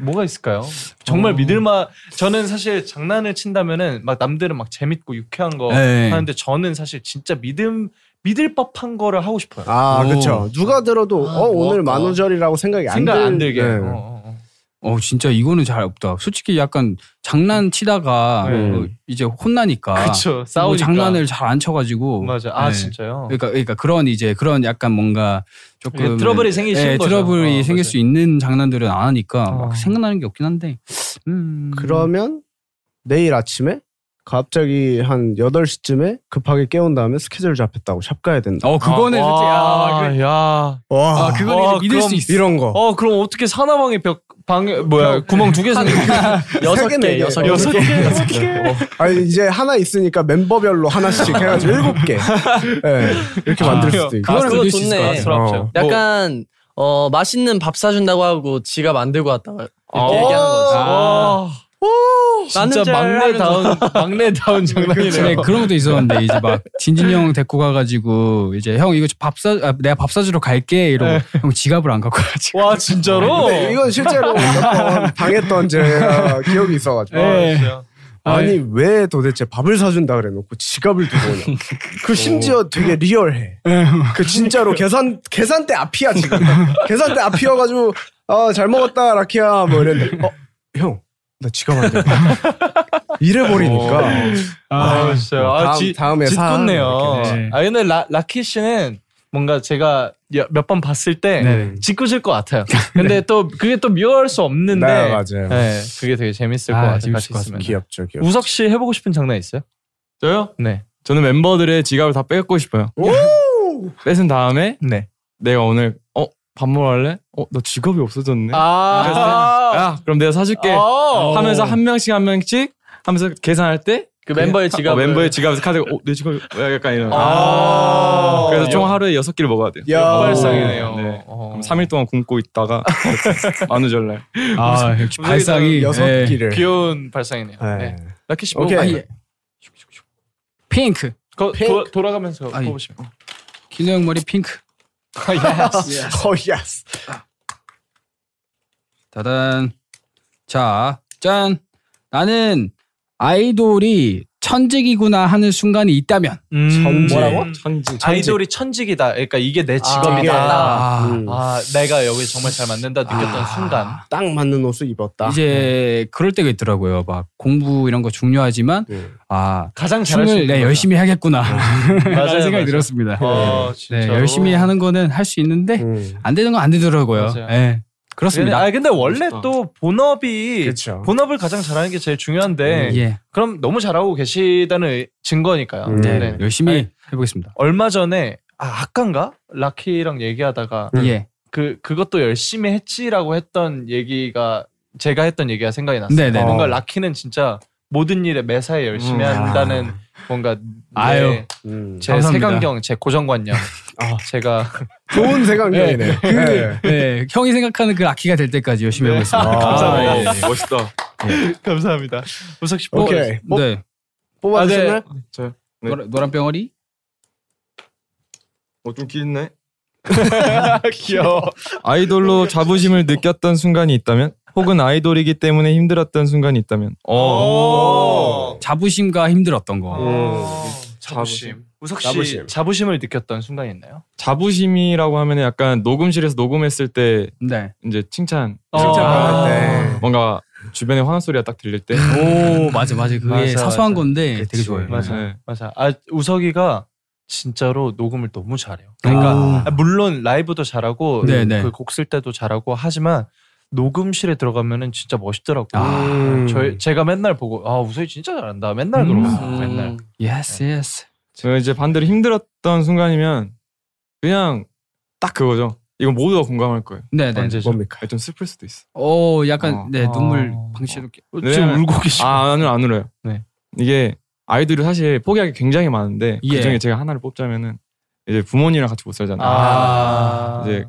뭐가 있을까요? 정말 믿을만 저는 사실 장난을 친다면은 막 남들은 막 재밌고 유쾌한 거
네.
어, 하는데 저는 사실 진짜 믿음 믿을 법한 거를 하고 싶어요.
아, 그쵸. 누가 들어도
아,
어 오늘 만우절이라고 생각이 안,
생각
들...
그러니까 안 들게. 어,
네.
어 진짜 이거는 잘 없다. 솔직히 약간 장난치다가
네.
어, 이제 혼나니까
그쵸,
뭐
싸우니까.
장난을 잘 안 쳐가지고
맞아. 아, 진짜요?
그러니까 그러니까 그런 이제 그런 약간 뭔가 조금
예, 트러블이 생기기
예,
쉬운 거죠.
트러블이
어,
생길
맞아요.
수 있는 장난들은 안 하니까 막 생각나는 게 없긴 한데 음.
그러면 내일 아침에 갑자기 한 8시쯤에 급하게 깨운 다음에 스케줄 잡혔다고 샵 가야 된다.
어 그거는 솔직히 아,
아,
그래.
야.
와.
아, 그건 이제 믿을
그럼
수 있어.
이런 거.
어, 그럼 어떻게 사나방에 벽 방에 뭐야? 구멍
네.
두개 생긴
세 개네 개.
여섯 개. 여섯 개. 여섯 개.
아니 이제 하나 있으니까 멤버별로 하나씩 해가지고 일곱 개 네, 이렇게 만들 수도 있고
아, 그거 좋네.
그렇죠.
어.
약간 어 맛있는 밥 사준다고 하고 지가 만들고 왔다가 이렇게
어.
아.
얘기하는 거지.
아. 진짜 막내다운 막내다운 장난이네요.
네, 그런 것도 있었는데 이제 막 진진이 형 데리고 가가지고 이제 형 이거 밥사 아, 내가 밥 사주러 갈게 이러고 형 지갑을 안 갖고 가지.
와 진짜로?
아, 근데 네, 이건 실제로 몇 번 당했던 제가 기억이 있어가지고
네.
예.
아니 왜 도대체 밥을 사준다 그래놓고 지갑을 두고 오냐 그 심지어 되게 리얼해
네.
그 진짜로 계산 계산대 앞이야 지금 계산대 앞이어가지고 아 잘 먹었다 라키야 뭐 이랬는데 어형나 지갑 안 들고 이래버리니까
아, 진짜. 아,
다음-
지,
다음에 사.
짓궂네요.
이렇게. 네.
아, 근데 라, 라키 씨는 뭔가 제가 몇 번 봤을 때
네.
짓궂을 것 같아요. 근데 또 그게 또 미워할 수 없는데.
네, 맞아요.
네, 그게 되게 재밌을 것
아,
같아요.
재밌을
같이
것
있으면.
같습니다.
귀엽죠, 귀엽죠.
우석 씨 해보고 싶은 장난 있어요?
저요?
네.
저는 멤버들의 지갑을 다 뺏고 싶어요. 뺏은 다음에
네.
내가 오늘 어 밥 먹으러 갈래? 어나 지갑이 없어졌네. 그래서 야 그럼 내가 사줄게
어.
하면서 한 명씩 한 명씩 하면서 계산할 때.
그 멤버의
하- 어,
지갑을.
멤버의 지갑에서 카드가 어, 내 지갑 약간 이런 그래서
예.
총 하루에 여섯 끼를 먹어야
그
돼요
야. 역발상이네요.
네. 그럼 3일 동안 굶고 있다가 만우절날
아, 역시 발상이, 여섯 예. 끼를.
귀여운 발상이네요. 그
아.
네. 라키 씨
오케이.
뽑아봐요.
아, 예.
핑크.
거, 도, 돌아가면서
뭐
아니.
뽑으시면.
기노 형 머리 핑크.
어, 예스.
따단. 자, 짠. 나는 아이돌이 천직이구나 하는 순간이 있다면.
천직. 뭐라고?
천직.
음. 아이돌이 천직이다. 그러니까 이게 내 직업이다.
아,
아,
음.
내가 여기 정말 잘 맞는다 느꼈던 순간.
딱 맞는 옷을 입었다.
네.
이제 그럴 때가 있더라고요. 막 공부 이런 거 중요하지만 아
가장 네. 잘할 수
춤을
있는
내
거다.
열심히 해야겠구나.
맞아요,
라는 생각이
맞아요.
들었습니다.
어,
네,
진짜로. 네.
열심히 하는 거는 할 수 있는데
음.
안 되는 건 안 되더라고요.
맞아요.
네, 그렇습니다. 그렇죠.
근데, 아 근데 원래 또 본업이 본업을 가장 잘하는 게 제일 중요한데
음, 예.
그럼 너무 잘하고 계시다는 증거니까요.
네, 열심히 해보겠습니다.
얼마 전에 아 아까인가 라키랑 얘기하다가
음. 예.
그 그것도 열심히 했지라고 했던 얘기가 제가 했던 얘기가 생각이 났어요.
네네.
뭔가
어.
라키는 진짜 모든 일에 매사에 열심히
음.
한다는
아.
뭔가 네.
아유.
내,
음.
제
감사합니다.
색안경, 제 고정관념, 아, 제가
좋은
네. 그, 네. 형이 생각하는 그 아키가 될 때까지 열심히 하고 있습니다.
아, 감사합니다.
네.
멋있다. 감사합니다. 우석 씨
오케이.
뽑아-
네.
뽑아주셨나요?
아, 네. 노란, 노란 병아리?
어좀 길네.
귀여워.
아이돌로 자부심을 느꼈던 순간이 있다면, 혹은 아이돌이기 때문에 힘들었던 순간이 있다면. 어.
자부심과 힘들었던 거.
예. 자부심. 우석 씨
자부심.
자부심. 을 느꼈던 순간이 있나요?
자부심이라고 하면 약간 녹음실에서 녹음했을 때
네.
이제 칭찬
어.
칭찬 받을 때
아.
뭔가 주변에 화난 소리가 딱 들릴 때
오, 맞아, 맞아. 그게 사소한 건데 되게 좋아요.
맞아,
네.
맞아. 아 우석이가 진짜로 녹음을 너무 잘해요. 그러니까 아, 물론 라이브도 잘하고
네, 네.
그 곡 쓸 때도 잘하고 하지만 녹음실에 들어가면은 진짜 멋있더라고. 요
아.
저희 제가 맨날 보고 아 우석이 진짜 잘한다. 맨날 그러고 맨날.
예스 예스.
저 이제 반대로 힘들었던 순간이면 그냥 딱 그거죠. 이건 모두가 공감할 거예요.
네, 네. 언제죠?
뭡니까? 좀 슬플 수도 있어.
오, 약간 네 눈물 방치롭게.
왜냐면- 아, 나는 안 울어요.
네.
이게 아이들이 사실 포기하기 굉장히 많은데
예.
그중에 제가 하나를 뽑자면은 이제 부모님이랑 같이 못 살잖아요.
아.
이제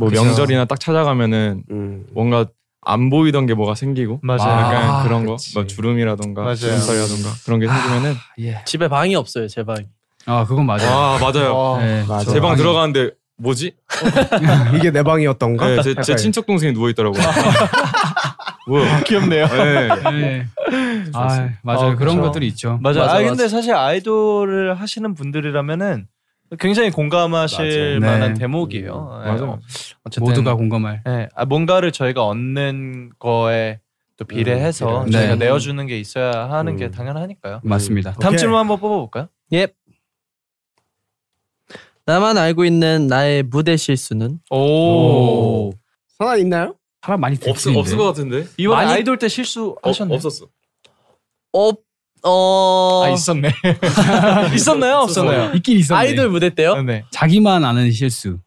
뭐
그쵸.
명절이나 딱 찾아가면은 뭔가 안 보이던 게 뭐가 생기고
맞아요.
약간
아,
그런 거, 뭐 주름이라던가
맞아요.
주름살이라던가 그런 게 생기면은
집에 방이 없어요, 제 방이.
아, 그건 맞아요.
아 맞아요.
네.
제 방 들어가는데 뭐지?
아, 이게 내 방이었던가?
네, 제, 제
약간
친척 동생이 누워 있더라고요. 뭐야?
귀엽네요.
네.
네. 아, 맞아요.
아,
그런
그쵸.
것들이 있죠.
맞아. 아
맞아,
근데
맞아.
사실 아이돌을 하시는 분들이라면은 굉장히 공감하실
맞아요.
만한
네.
대목이에요. 예,
맞아.
어, 어쨌든
모두가 공감할.
네, 아, 뭔가를 저희가 얻는 거에 또 비례해서
음, 비례.
저희가
네.
내어주는 게 있어야 하는 게 당연하니까요.
맞습니다.
다음
오케이.
질문 한번 뽑아볼까요?
예. 나만 알고 있는 나의 무대 실수는?
오.
하나 있나요?
하나 많이
없 없을 것 같은데.
이번
많이-
아이돌 때 실수하셨나요?
없었어.
없, 어.
아 있었네. 있었나요? 없었나요?
있긴 있었네.
아이돌 무대 때요?
네.
자기만 아는 실수.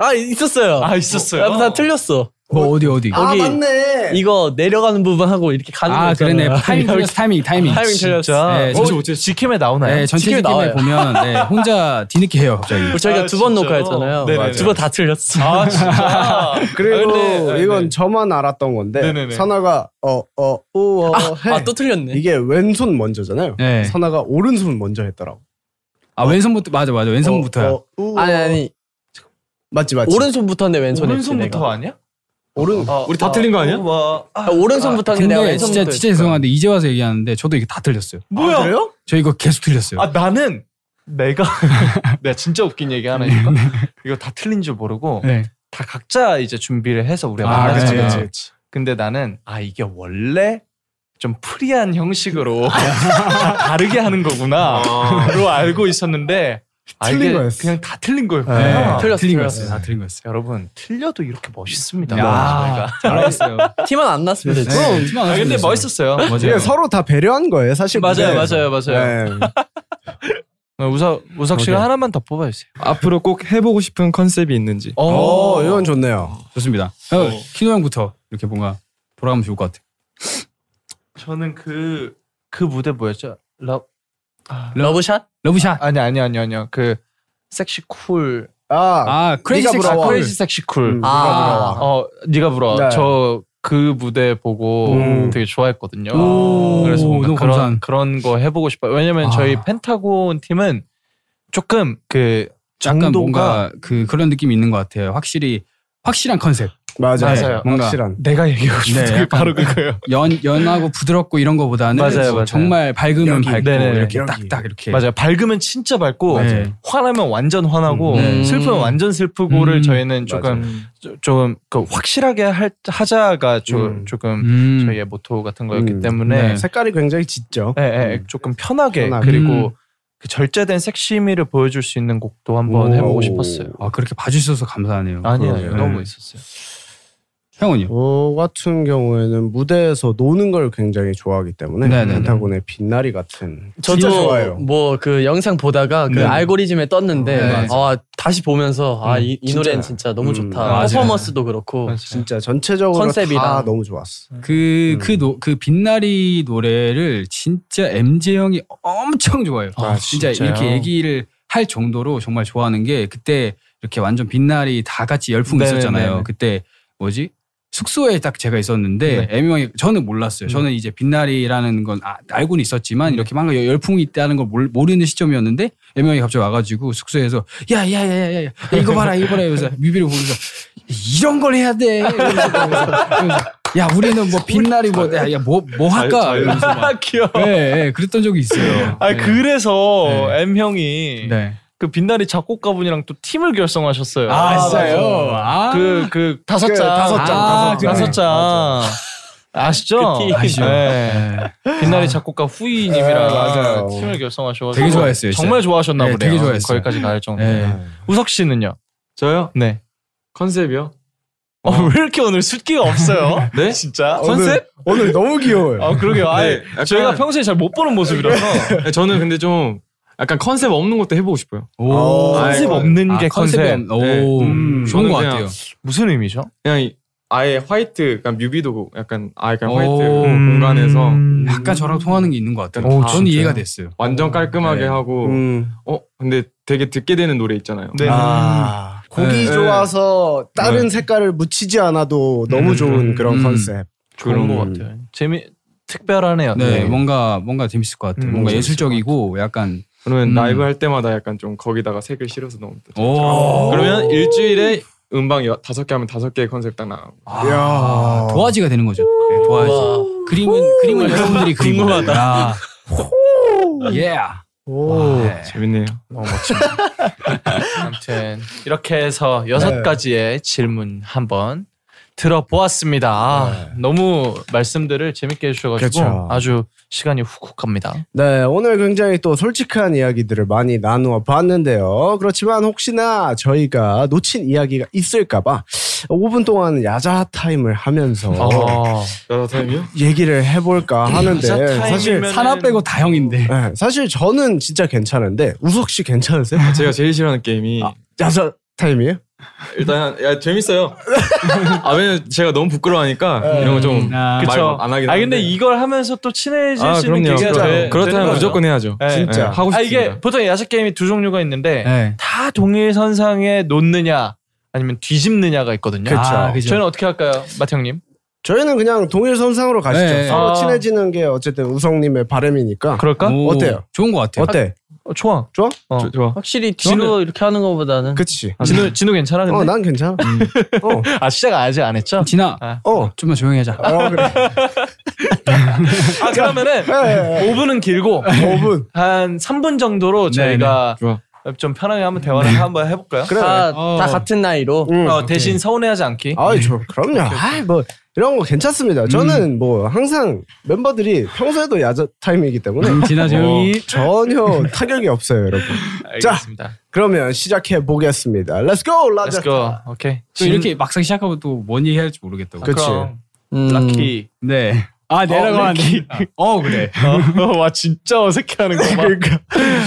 아, 있었어요.
아, 있었어요?
아, 다 틀렸어.
뭐 어디 어디?
아, 거기 맞네. 이거 내려가는 부분 하고 이렇게 가는
아,
거 있잖아.
그러네. 타이밍 틀렸어, 타이밍, 아, 타이밍.
타이밍 틀렸어.
진짜. 네, 전체
어, 지킴에 나오나요?
네, 전체
지금
팀에
나와요.
보면 네, 혼자 뒤늦게 해요, 갑자기.
우리 저희가 두 번 녹화했잖아요.
네네네.
두 번 다 틀렸어.
아, 진짜.
그리고
아, 근데- 아,
이건 저만 알았던 건데
네네네.
선아가 어어 우어 해.
아, 또 틀렸네.
이게 왼손 먼저잖아요.
네.
선아가 오른손 먼저 했더라고.
아, 왼손부터 맞아, 맞아. 왼손부터야.
어, 우어.
아니, 아니.
맞지 맞지.
오른손부터인데 왼손
오른손부터 아니야?
오른
어,
우리 다 틀린 거 아니야?
오른손부터
근데
내가
진짜
왼손부터
진짜 죄송한데 이제 와서 얘기하는데 저도 이게 다 틀렸어요.
뭐야?
그래요?
저 이거 계속 틀렸어요.
아 나는 내가 내가 진짜 웃긴 얘기 하나 이거 이거 다 틀린 줄 모르고
네.
다 각자 이제 준비를 해서 우리가
아,
네, 만났잖아요.
그치, 그치,
근데 나는 아 이게 원래 좀 프리한 형식으로 다 다르게 하는 거구나로 알고 있었는데 아,
틀린
이게
거였어.
그냥 다 틀린 거였구나.
네.
틀렸어,
틀린
틀렸어.
거였어요. 다 틀린 거였어요.
여러분 틀려도 이렇게 멋있습니다.
야,
저희가.
잘했어요.
티만 안 났으면 됐지.
네,
티만 안 아, 근데 났으면 멋있었어요. 됐어요.
이게
네,
맞아요.
서로 다 배려한 거예요, 사실.
맞아요,
무대에서.
맞아요, 맞아요.
네.
네. 우석 우석 씨가
오케이.
하나만 더 뽑아주세요.
앞으로 꼭 해보고 싶은 컨셉이 있는지.
어. 오, 이건
어, 좋네요.
좋습니다. 어, 키노 형부터 이렇게 뭔가 돌아가면 좋을 것 같아요.
저는 그 그 무대 뭐였죠? 러 아.
러브샷?
러브샷.
아니 아니 아니 아니요. 그 섹시 쿨.
아,
아
크레이지 섹시 쿨. 크레이지 섹시 쿨.
음,
아,
네가 부러워.
어, 네가 부러워.
네.
저 그 무대 보고
음.
되게 좋아했거든요.
오,
그래서 뭔가
너무
그런
감사한.
그런 거 해보고 싶어요. 왜냐면
아.
저희 펜타곤 팀은 조금 그
약간
정도가
뭔가 그 그런 느낌이 있는 것 같아요. 확실히 확실한 컨셉.
맞아요.
네, 뭔가
확실한.
내가 얘기하고
싶은 게 바로
그거예요.
연 연하고 부드럽고 이런 거보다는
맞아요, 맞아요.
정말 밝으면
여기,
밝고
네네.
이렇게
여기.
딱딱 이렇게
맞아요. 밝으면 진짜 밝고
예. 네.
화나면 완전 화나고
음.
슬프면 완전 슬프고를
음.
저희는 조금 조- 조금 그 확실하게 할, 하자가 조,
음.
조금 저희의 모토 같은 거였기
음.
때문에
네. 색깔이 굉장히 짙죠.
예, 예,
음.
조금 편하게,
편하게.
그리고
음.
그 절제된 섹시미를 보여줄 수 있는 곡도 한번
오.
해보고 싶었어요.
아 그렇게 봐주셔서 감사하네요.
아니요, 아니요.
네.
너무 있었어요.
형은요?
저 같은 경우에는 무대에서 노는 걸 굉장히 좋아하기 때문에
네네네.
펜타곤의 빛나리 같은
저도
진짜 좋아요.
뭐 그 영상 보다가 그
네.
알고리즘에 떴는데
네.
아 다시 보면서 아 이 노래는 진짜 너무
음,
좋다.
맞아요.
퍼포먼스도 그렇고
진짜 전체적으로 다 너무 좋았어.
그,
음.
그, 노, 그 빛나리 노래를 진짜 MJ형이 엄청 좋아해요.
아,
진짜
진짜요?
이렇게 얘기를 할 정도로 정말 좋아하는 게 그때 이렇게 완전 빛나리 다 같이 열풍
네네네.
있었잖아요. 그때 뭐지? 숙소에 딱 제가 있었는데
네.
애미 형이 저는 몰랐어요.
음.
저는 이제 빛나리라는 건 아, 알고는 있었지만 이렇게 막 열- 열풍이 있다는 걸 몰- 모르는 시점이었는데 애미 형이 갑자기 와가지고 숙소에서 야야야야야 야, 이거 봐라 이거 봐라 이러면서 뮤비를 보면서 이런 걸 해야 돼. 이러면서 보면서 이러면서 야 우리는 뭐 빛나리 뭐야뭐뭐 뭐 할까 이러면서 막.
아, 귀여워.
예, 예, 그랬던 적이 있어요.
아
예.
그래서 M 형이
네.
그 빛나리 작곡가분이랑 또 팀을 결성하셨어요.
아, 진짜요? 아.
그, 그, 다섯
그
장.
다섯 장,
아,
다섯 장.
다섯 장. 아시죠?
그 팀. 아시죠.
네. 빛나리 작곡가
아,
후이님이랑
맞아요.
팀을 결성하셔서
되게 좋아했어요, 진짜.
정말 좋아하셨나
네,
보네요.
되게 좋아했어요.
거기까지 갈 정도.
네.
우석 씨는요?
저요?
네.
컨셉이요?
어, 왜 이렇게 오늘 숫기가 없어요?
네?
아,
진짜?
컨셉?
오늘, 너무 귀여워요.
아, 그러게요. 아예
네, 약간-
저희가 평소에 잘 못 보는 모습이라서.
네, 저는 근데 좀 약간 컨셉 없는 것도 해보고 싶어요.
오.
아,
아,
컨셉 없는 게 컨셉.
네. 음, 저는 그냥
무슨 의미죠?
그냥 이- 아예 화이트, 약간 뮤비도 약간 아 약간
오.
화이트 공간에서
음.
약간 저랑 통하는 게 있는 것 같아요.
오,
저는
진짜요?
이해가 됐어요.
완전 깔끔하게
네.
하고
음.
어 근데 되게 듣게 되는 노래 있잖아요.
네.
아. 곡이
네.
좋아서 다른 색깔을 묻히지 않아도 너무 좋은 그런
음.
컨셉.
그런
음.
것 같아요. 재미 특별하네요.
네,
네.
뭔가 뭔가 재밌을 것 같아요.
음,
뭔가
재밌을
예술적이고 약간
그러면
음.
라이브 할 때마다 약간 좀 거기다가 색을 실어서 넣으면 또
오.
뭐
그러면 일주일에 음방 여- 다섯 개 하면 다섯 개의 컨셉 딱 나가고
아, 도화지가 되는 거죠. 네, 도화지. 그림은 그림은 여러분들이 그린 거다. 예.
오.
재밌네요.
너무 멋집니다. 아무튼 이렇게 해서 여섯
네.
가지의 질문 한번 들어보았습니다. 아,
네.
너무 말씀들을 재밌게 해주셔가지고
그렇죠.
아주 시간이 훅훅 갑니다.
네, 오늘 굉장히 또 솔직한 이야기들을 많이 나누어 봤는데요. 그렇지만 혹시나 저희가 놓친 이야기가 있을까봐 5분 동안 야자 타임을 하면서
어.
어.
여러 타임이요?
얘기를 해볼까 하는데
네,
사실
산하 빼고 다 형인데.
네, 사실 저는 진짜 괜찮은데 우석 씨 괜찮으세요?
아, 제가 제일 싫어하는 게임이
아.
야자 타임이에요?
일단 야 재밌어요. 아 왜냐면 제가 너무 부끄러워하니까
음.
이런 거좀
아. 그쵸.
안 하긴.
아
하는데.
근데 이걸 하면서 또 친해질
아,
수 있는
그럼요.
계기가
그럼요.
되-
그렇다면
되는 거죠.
무조건 해야죠. 진짜. 하고
아,
싶습니다.
이게 보통 야식 게임이 두 종류가 있는데
네.
다 동일 선상에 놓느냐 아니면 뒤집느냐가 있거든요.
그렇죠.
그쵸. 아, 그죠.
저희는 어떻게 할까요, 마태 형님?
뭐?
저희는 그냥 동일 선상으로 가시죠.
네.
서로
아.
친해지는 게 어쨌든 우성님의 바람이니까.
그럴까?
오,
어때요?
좋은 것 같아요.
어때?
좋아.
좋아?
어.
좋아.
확실히 뒤로 이렇게 하는 것보다는
그치.
진우 진우 괜찮아 근데?
어, 난 괜찮아.
아 시작 아직 안 했죠?
진아. 아.
어.
좀만 조용히 하자.
어, 그래.
아 그러면은
예,
5분은 길고
5분
한 3분 정도로 저희가 좀 편하게 한번 대화를 한번 해볼까요?
그래.
다, 다 같은 나이로
어, 대신 서운해하지 않기.
아이 저 그럼요. 아이 뭐 이런 거 괜찮습니다. 저는 뭐 항상 멤버들이 평소에도 야자 타임이기 때문에
음, 진아 조용히.
어, 전혀 타격이 없어요, 여러분. 자, 그러면 시작해 보겠습니다. Let's go, 라자.
오케이.
또 이렇게 막상 시작하면 또 뭔 얘기 할지 모르겠다고.
그치.
음,
럭키.
네. 아, 내라고 하는데. 어, 그래.
어, 와 진짜 어색해하는 거 봐.
그러니까.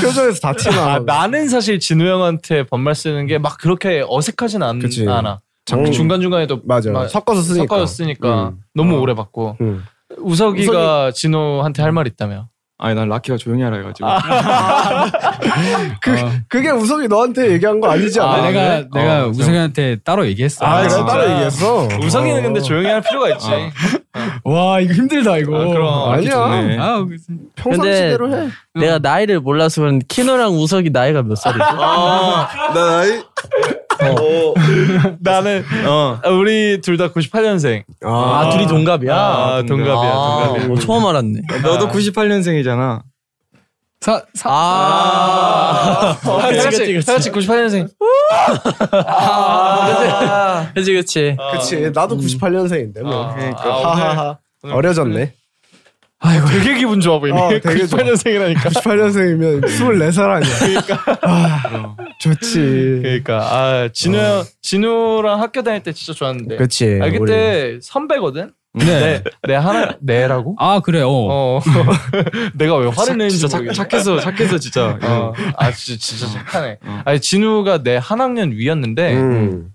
표정에서 다 티나.
아, 나는 사실 진우 형한테 반말 쓰는 게 막 그렇게 어색하진 않,
그치.
않아.
장-
중간 중간에도
맞아. 섞어서 쓰니까. 음.
너무 오래 받고.
음.
우석이가 진호한테 할 말 있다며.
아니 난 라키가 조용히 하라 해가지고.
그 그게 우석이 너한테 얘기한 거 아니지 않아?
아, 내가 내가 우성이한테 따로 얘기했어.
아, 어. 그래?
진짜.
따로 얘기했어.
우성이는 근데 조용히 할 필요가 있지.
와, 이거 힘들다 이거.
그럼.
아니,
좋네.
아,
평상시대로 해.
내가 나이를 몰라서 그런 키노랑 우석이 나이가 몇 살이지?
나 나이
나는 아, 우리 둘 다 98년생.
아, 둘이 동갑이야?
아, 동갑이야, 아.
아,
동갑이야.
뭐 처음 알았네.
너도 98년생이잖아.
사, 사.
아,
그치, 그치,
그치.
그치, 98년생.
그치, 아,
아,
그치.
그치. 나도 98년생인데 뭐.
아,
하하하. 어려졌네.
아이고.
되게 기분 좋아 보이네.
어, 되게 좋아.
98년생이라니까.
98년생이면 24살 아니야. 좋지.
그러니까 아 진우 진우랑 학교 다닐 때 진짜 좋았는데.
그치,
아 그때 선배거든.
네.
내 하나 내라고?
아 그래요.
어. 내가 왜 화를 내는지
진짜 착-
모르겠네.
착해서- 착해서 진짜.
어. 아 진짜 진짜 착하네. 아니 진우가 내 한 학년
음.
위였는데
음.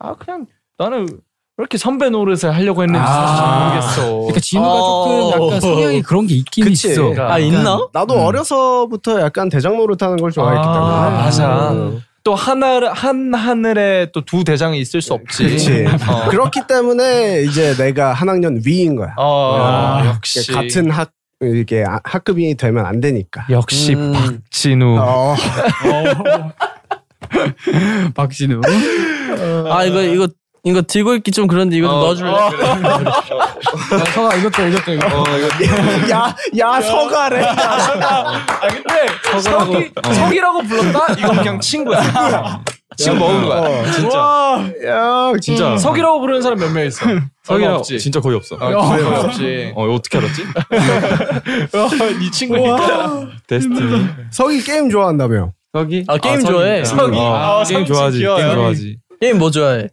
아 그냥 나는 왜 이렇게 선배 노릇을 하려고 했는지 사실 잘 모르겠어.
그러니까 진우가 조금 약간 성향이 그런 게 있긴
그치.
있어.
그러니까 나도 어려서부터 약간 대장 노릇하는 걸 좋아했기 때문에.
아, 맞아.
음.
또 하늘 한 하늘에 또 두 대장이 있을 수 없지.
그렇지.
어.
그렇기 때문에 이제 내가 한 학년 위인 거야.
어,
아,
역시.
같은 학 이렇게 아- 학급이 되면 안 되니까.
역시 박진우.
어.
박진우.
아 이거 이거 이거 들고 있기 좀 그런데 이거 좀 넣어줄래? 아,
서가 이것도 이것도 이거.
야, 야 서가래.
아 근데 석이 석이라고 불렀다? 이건 그냥 친구야. 지금 먹은
어.
거야. 아, 진짜.
야,
진짜.
석이라고 부르는 사람 몇 명 있어?
성이랑
얼마 없지.
진짜 거의 음. 없어.
아, 거의 없지.
어, 이거 어떻게 알았지?
이 친구니까.
데스티니.
석이 게임 좋아한다며.
석이?
아 게임 좋아해.
성이. 아,
아,
게임
성이
좋아하지.
귀여워요.
게임 좋아하지.
게임 뭐 좋아해?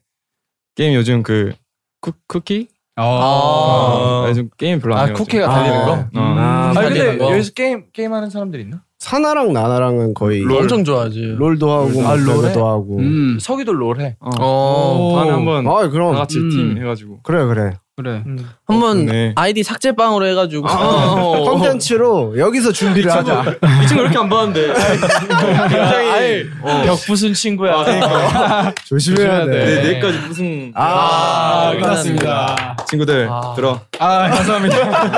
게임 요즘 그 쿠, 쿠키?
아.
아, 요즘 게임 별로 안
아,
해가지고.
쿠키가 달리는 거?
어.
음.
아,
아 근데
달리는 거.
여기서 게임 게임 하는 사람들 있나?
사나랑 나나랑은 거의
엄청 좋아하지.
롤도 하고
아, 롤 해?
롤도 하고.
음.
석이도 롤 해.
어.
다음에 한번
아, 그럼.
다 같이
음.
팀 해가지고.
그래 그래.
그래.
한번
네.
아이디 삭제방으로 해가지고.
컨텐츠로 여기서 준비를 하자.
이 친구 이렇게 안 봤는데.
굉장히 벽 부순 친구야.
조심해야 돼.
네, 내일까지 무슨.
아,
끝났습니다. 아, 친구들, 들어.
아 감사합니다.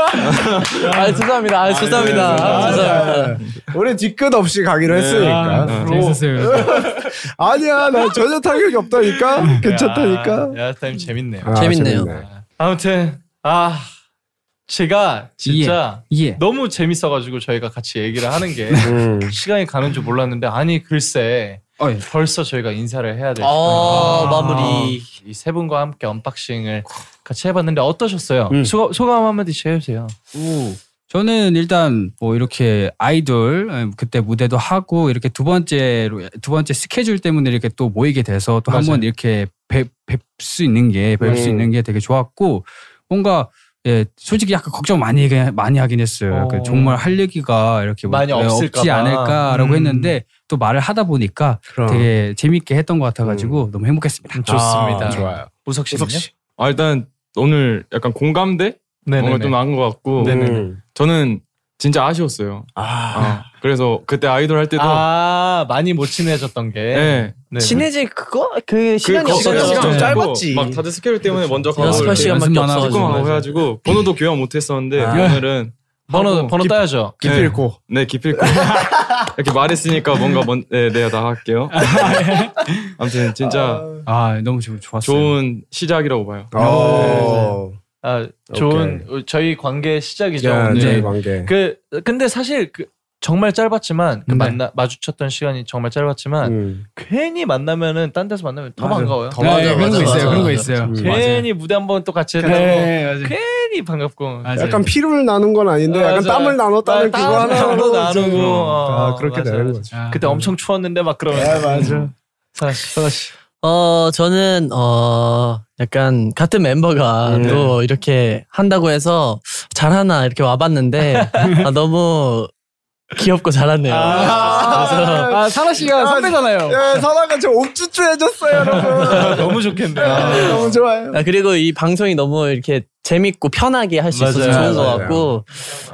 아 죄송합니다. 아 죄송합니다. 아, 죄송합니다.
우리 뒤끝 없이 가기로 했으니까.
네. 재밌었어요.
아니야, 나 전혀 타격이 없다니까. 괜찮다니까.
야, 타임 재밌네요.
아,
재밌네요.
아무튼 아 제가 진짜
예.
너무 재밌어가지고 저희가 같이 얘기를 하는 게
음.
시간이 가는 줄 몰랐는데 아니 글쎄
어, 예.
벌써 저희가 인사를 해야 될
아,
시간이에요.
마무리.
이 세 분과 함께 언박싱을 같이 해봤는데 어떠셨어요? 소감, 소감 한마디씩 해주세요.
오. 저는 일단 뭐 이렇게 아이돌 음, 그때 무대도 하고 이렇게 두 번째로 두 번째 스케줄 때문에 이렇게 또 모이게 돼서 또 한
맞아요. 네.
번 이렇게 뵙수 있는 게 뵐 수
음.
있는 게 되게 좋았고 뭔가 예, 솔직히 약간 걱정 많이 하긴- 많이 하긴 했어요.
어.
그 정말 할 얘기가 이렇게
많이
뭐-
없을까
없지
봐.
않을까라고
음. 어.
했는데 또 말을 하다 보니까
그럼.
되게 재밌게 했던 것 같아가지고 너무 행복했습니다.
음. 좋습니다.
좋아요.
우석 씨는요?
아, 일단 오늘 약간 공감대?
네네네.
뭔가 좀 나은 것 같고.
음.
저는 진짜 아쉬웠어요. 아, 그래서 그때 아이돌 할 때도.
아 많이 못 친해졌던 게.
네.
네.
친해지 그거 그 시간이
거-
없어요.
시간이
좀
없고
짧았지.
막 다들 스케줄 때문에 먼저
어,
가고
연습할
이렇게
시간밖에
연습만 하고
없어가지고.
조금 하고 해가지고 번호도 교환 못했었는데
아.
오늘은
번호
하고
번호 따야죠.
깊이
네.
잃고.
네 기필코 이렇게 말했으니까 뭔가 먼, 네, 내가 나갈게요.
아, 네.
아무튼 진짜
아 너무 좋- 좋았어요.
좋은 시작이라고 봐요.
어.
아 좋은 저희 관계 시작이죠.
야, 네.
오늘.
저희 관계.
그 근데 사실 그 정말 짧았지만 그 만나 마주쳤던 시간이 정말 짧았지만
음.
괜히 만나면은 딴 데서 만나면 더 반가워요.
네, 그런 거
맞아,
있어요. 그런 거
맞아.
있어요.
괜히 무대 한 번 또 같이 했다고
네, 맞아요.
괜히 반갑고
맞아요.
약간 피를 나눈 건 아닌데 약간
맞아.
땀을 나눴다는
나-
그거
땀을
하나로
나누고,
좀-
어,
아, 그렇게
맞아,
되는
맞아.
거지.
아,
그때 엄청 추웠는데 막 그러면
아, 맞아.
선아 씨, 선아 씨.
어, 저는, 어, 약간, 같은 멤버가
네.
또 이렇게 한다고 해서 잘하나 이렇게 와봤는데, 아, 너무 귀엽고 잘하네요. 그래서,
아 사라 씨가 선배잖아요.
예, 선아가 저 옥쭈쭈해줬어요, 여러분.
아, 너무 좋겠네요.
너무 좋아요.
아, 그리고 이 방송이 너무 이렇게 재밌고 편하게 할 수 있어서
맞아요,
좋은 것
맞아요.
같고,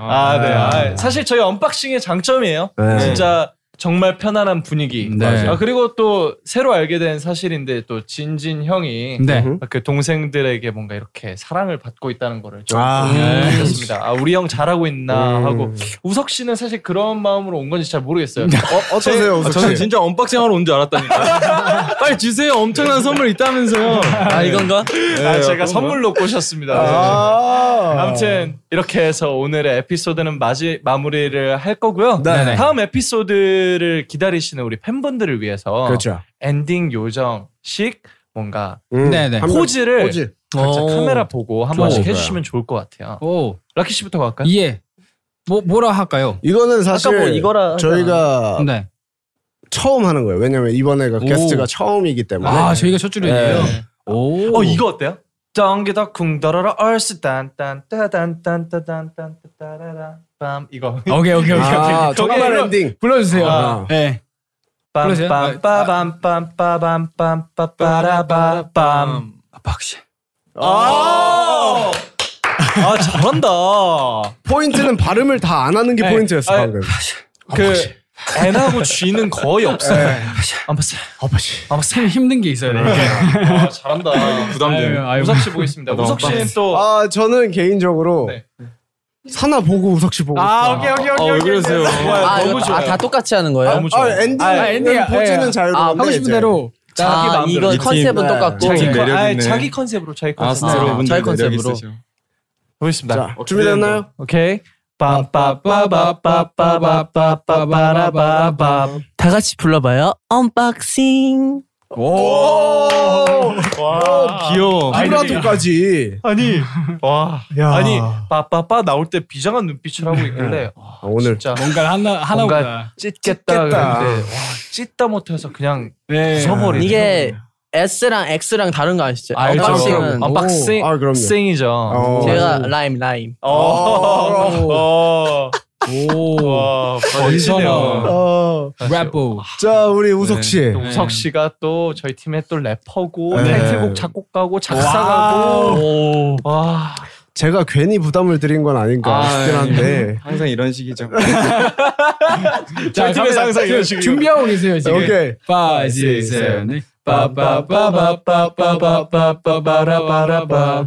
아, 네. 아, 사실 저희 언박싱의 장점이에요.
네. 음,
진짜 정말 편안한 분위기.
네. 맞아요.
아, 그리고 또 새로 알게 된 사실인데 또 진진 형이
네.
그 동생들에게 뭔가 이렇게 사랑을 받고 있다는 거를 좀
아.
알겠습니다. 아, 우리 형 잘하고 있나
음.
하고 우석 씨는 사실 그런 마음으로 온 건지 잘 모르겠어요.
어, 어떠세요,
아,
우석 씨?
저는 진짜 언박싱 하러 온 줄 알았다니까. 빨리 주세요. 엄청난 선물 있다면서요. 네.
아, 이건가?
아, 제가 선물로 꼬셨습니다. 네.
아.
아무튼 이렇게 해서 오늘의 에피소드는 마지, 마무리를 할 거고요.
네네.
다음
그렇죠.
에피소드를 기다리시는 우리 팬분들을 위해서
그렇죠.
엔딩 요정식 뭔가
음, 네네. 한 명,
포즈를
포즈.
각자
어.
오.
카메라 보고 한
좋아요,
번씩
좋아요.
해주시면 좋을 것 같아요.
오.
라키 씨부터 갈까요?
예. 뭐 뭐라 할까요?
이거는 사실
아까 뭐 이거라
저희가
하잖아요. 네.
처음 하는 거예요. 왜냐면 이번에가 그
오.
게스트가 처음이기 때문에.
아, 저희가 첫 줄이에요.
네.
오.
어 이거 어때요? 덩기덕 쿵더러러 얼스 딴딴 따단 따단 따단 따라라 빰 이거
오케이, 오케이, 오케이,
아,
오케이.
정말
거기에
엔딩.
불러주세요.
아.
네. 불러주세요.
빰빰 빠밤 빰 빠밤 빰 아, 빠빠라바 빰 박씨 아 아, 잘한다.
포인트는 발음을 다 안 하는 게
네.
포인트였어
아,
방금.
그 네. N하고 G는 거의 없어요. 아마씨 아마씨
참 힘든 게 있어요. 네.
와, 아, 잘한다.
부담돼요.
아유, 우석 씨 보겠습니다.
너무
우석 씨는
빡세.
또
아 저는 개인적으로
네.
사나 보고 우석 씨 보고. 싶다.
아, 오케이, 오케이, 오케이, 어, 왜 오케이, 그러세요? 오케이. 좋아요,
아,
너무
이거
좋아요.
아, 다 똑같이 하는 거예요?
아, 너무 좋아요.
아, 엔딩.
아,
엔딩 포즈는 자유로운데
아, 하고 싶은
이제.
대로. 자,
자기 마음대로.
이거
이 팀.
컨셉은
네.
똑같고.
자기,
컨-
컨-
아니,
아니, 자기 컨셉으로 자기 컨셉.
아스트로 분들
자기
매력
컨셉으로.
있으셔.
보겠습니다.
자, 준비됐나요?
오케이. 빰빠빠바빠빠빠빠빠라바밤.
다 같이 불러봐요. 언박싱.
와 귀여워.
아,
비브라토까지.
아니 와
야.
아, 아니 빠빠빠 나올 때 비장한 눈빛을 하고 있길래 와,
오늘
진짜
뭔가 하나
뭔가
하나보다.
네. 찢겠다
찢겠다.
그랬는데 와 찢다 못해서 그냥
네.
부숴버리네.
이게 S랑 X랑 다른 거 아시죠?
알죠.
언박싱은
그럼요. 아, 언박싱. 아, 그럼요. 어. 싱이죠. 어.
제가 라임 라임.
오. 오. 어. 와 멋지네요.
어.
래퍼.
자 우리 우석 씨.
또 우석 씨가 또 저희 팀의 또 래퍼고
네.
타이틀곡 작곡가고 작사가고 와
아, 제가 괜히 부담을 드린 건
그러니까
아닌가
아,
예.
싶긴 한데.
항상 이런 식이죠.
자,
팀에서 항상
지금
이런 식이에요.
준비하고 계세요, 지금.
오케이.
5 6 7 8.
빠빠빠빠빠빠빠빠라바라바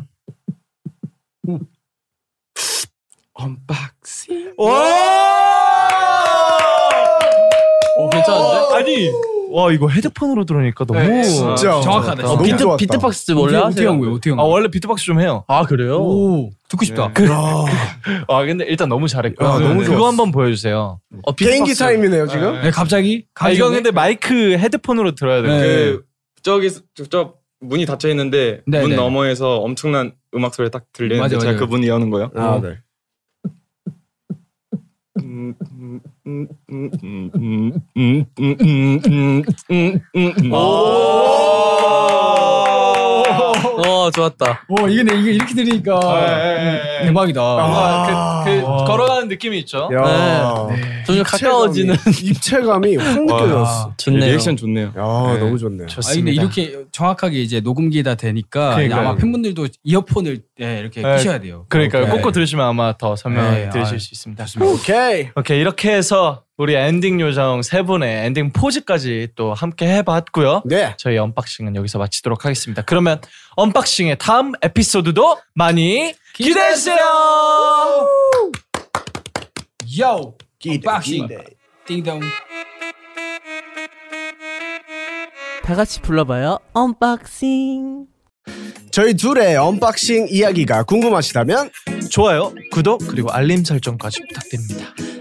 언박싱.
오, 괜찮은데?
아니 와 이거 헤드폰으로 들으니까 너무
네,
아,
진짜. 정확하다,
어,
진짜. 비트- 비트박스 몰라요?
어떻게 한 거예요?
어떻게 한
아 원래 비트박스 좀 해요. 아 그래요?
오 듣고 싶다.
그, 아 근데 일단 너무 잘했고요. 네.
야, 너무
그거
좋았어.
한번 보여주세요.
개인기 어, 타임이네요 지금.
네, 갑자기?
아 이건 근데 마이크 헤드폰으로 들어야 돼요.
그 저기 저, 저 문이 닫혀 있는데
네,
문
네.
너머에서 엄청난 음악 소리 딱 들리는데
맞아,
제가
맞아.
그 문을 여는 거예요.
아, 네.
음, 음,
어,
오, 좋았다.
오 이게 내- 이게 이렇게 들으니까
아,
네.
예.
대박이다.
아.
뭔가 그, 그 걸어가는 느낌이 있죠.
네. 점점 가까워지는
입체감이 확 느껴졌어.
좋네요.
리액션 좋네요.
야 너무 좋네요.
아 근데 이렇게 정확하게 이제 녹음기에다 대니까
그러니까요.
아마 팬분들도 이어폰을 예, 이렇게
네,
끼셔야 돼요.
그러니까 요
오케이.
꽂고 들으시면 아마 더 설명을
네,
들으실
아유,
수 있습니다.
오케이.
오케이 이렇게 해서 우리 엔딩 요정 세 분의 엔딩 포즈까지 또 함께 해봤고요.
네.
저희 언박싱은 여기서 마치도록 하겠습니다. 그러면 언박싱의 다음 에피소드도 많이 기대해주세요.
Yo, 박싱, 띵동.
다 같이 불러봐요. 언박싱.
저희 둘의 언박싱 이야기가 궁금하시다면
좋아요, 구독 그리고 알림 설정까지 부탁드립니다.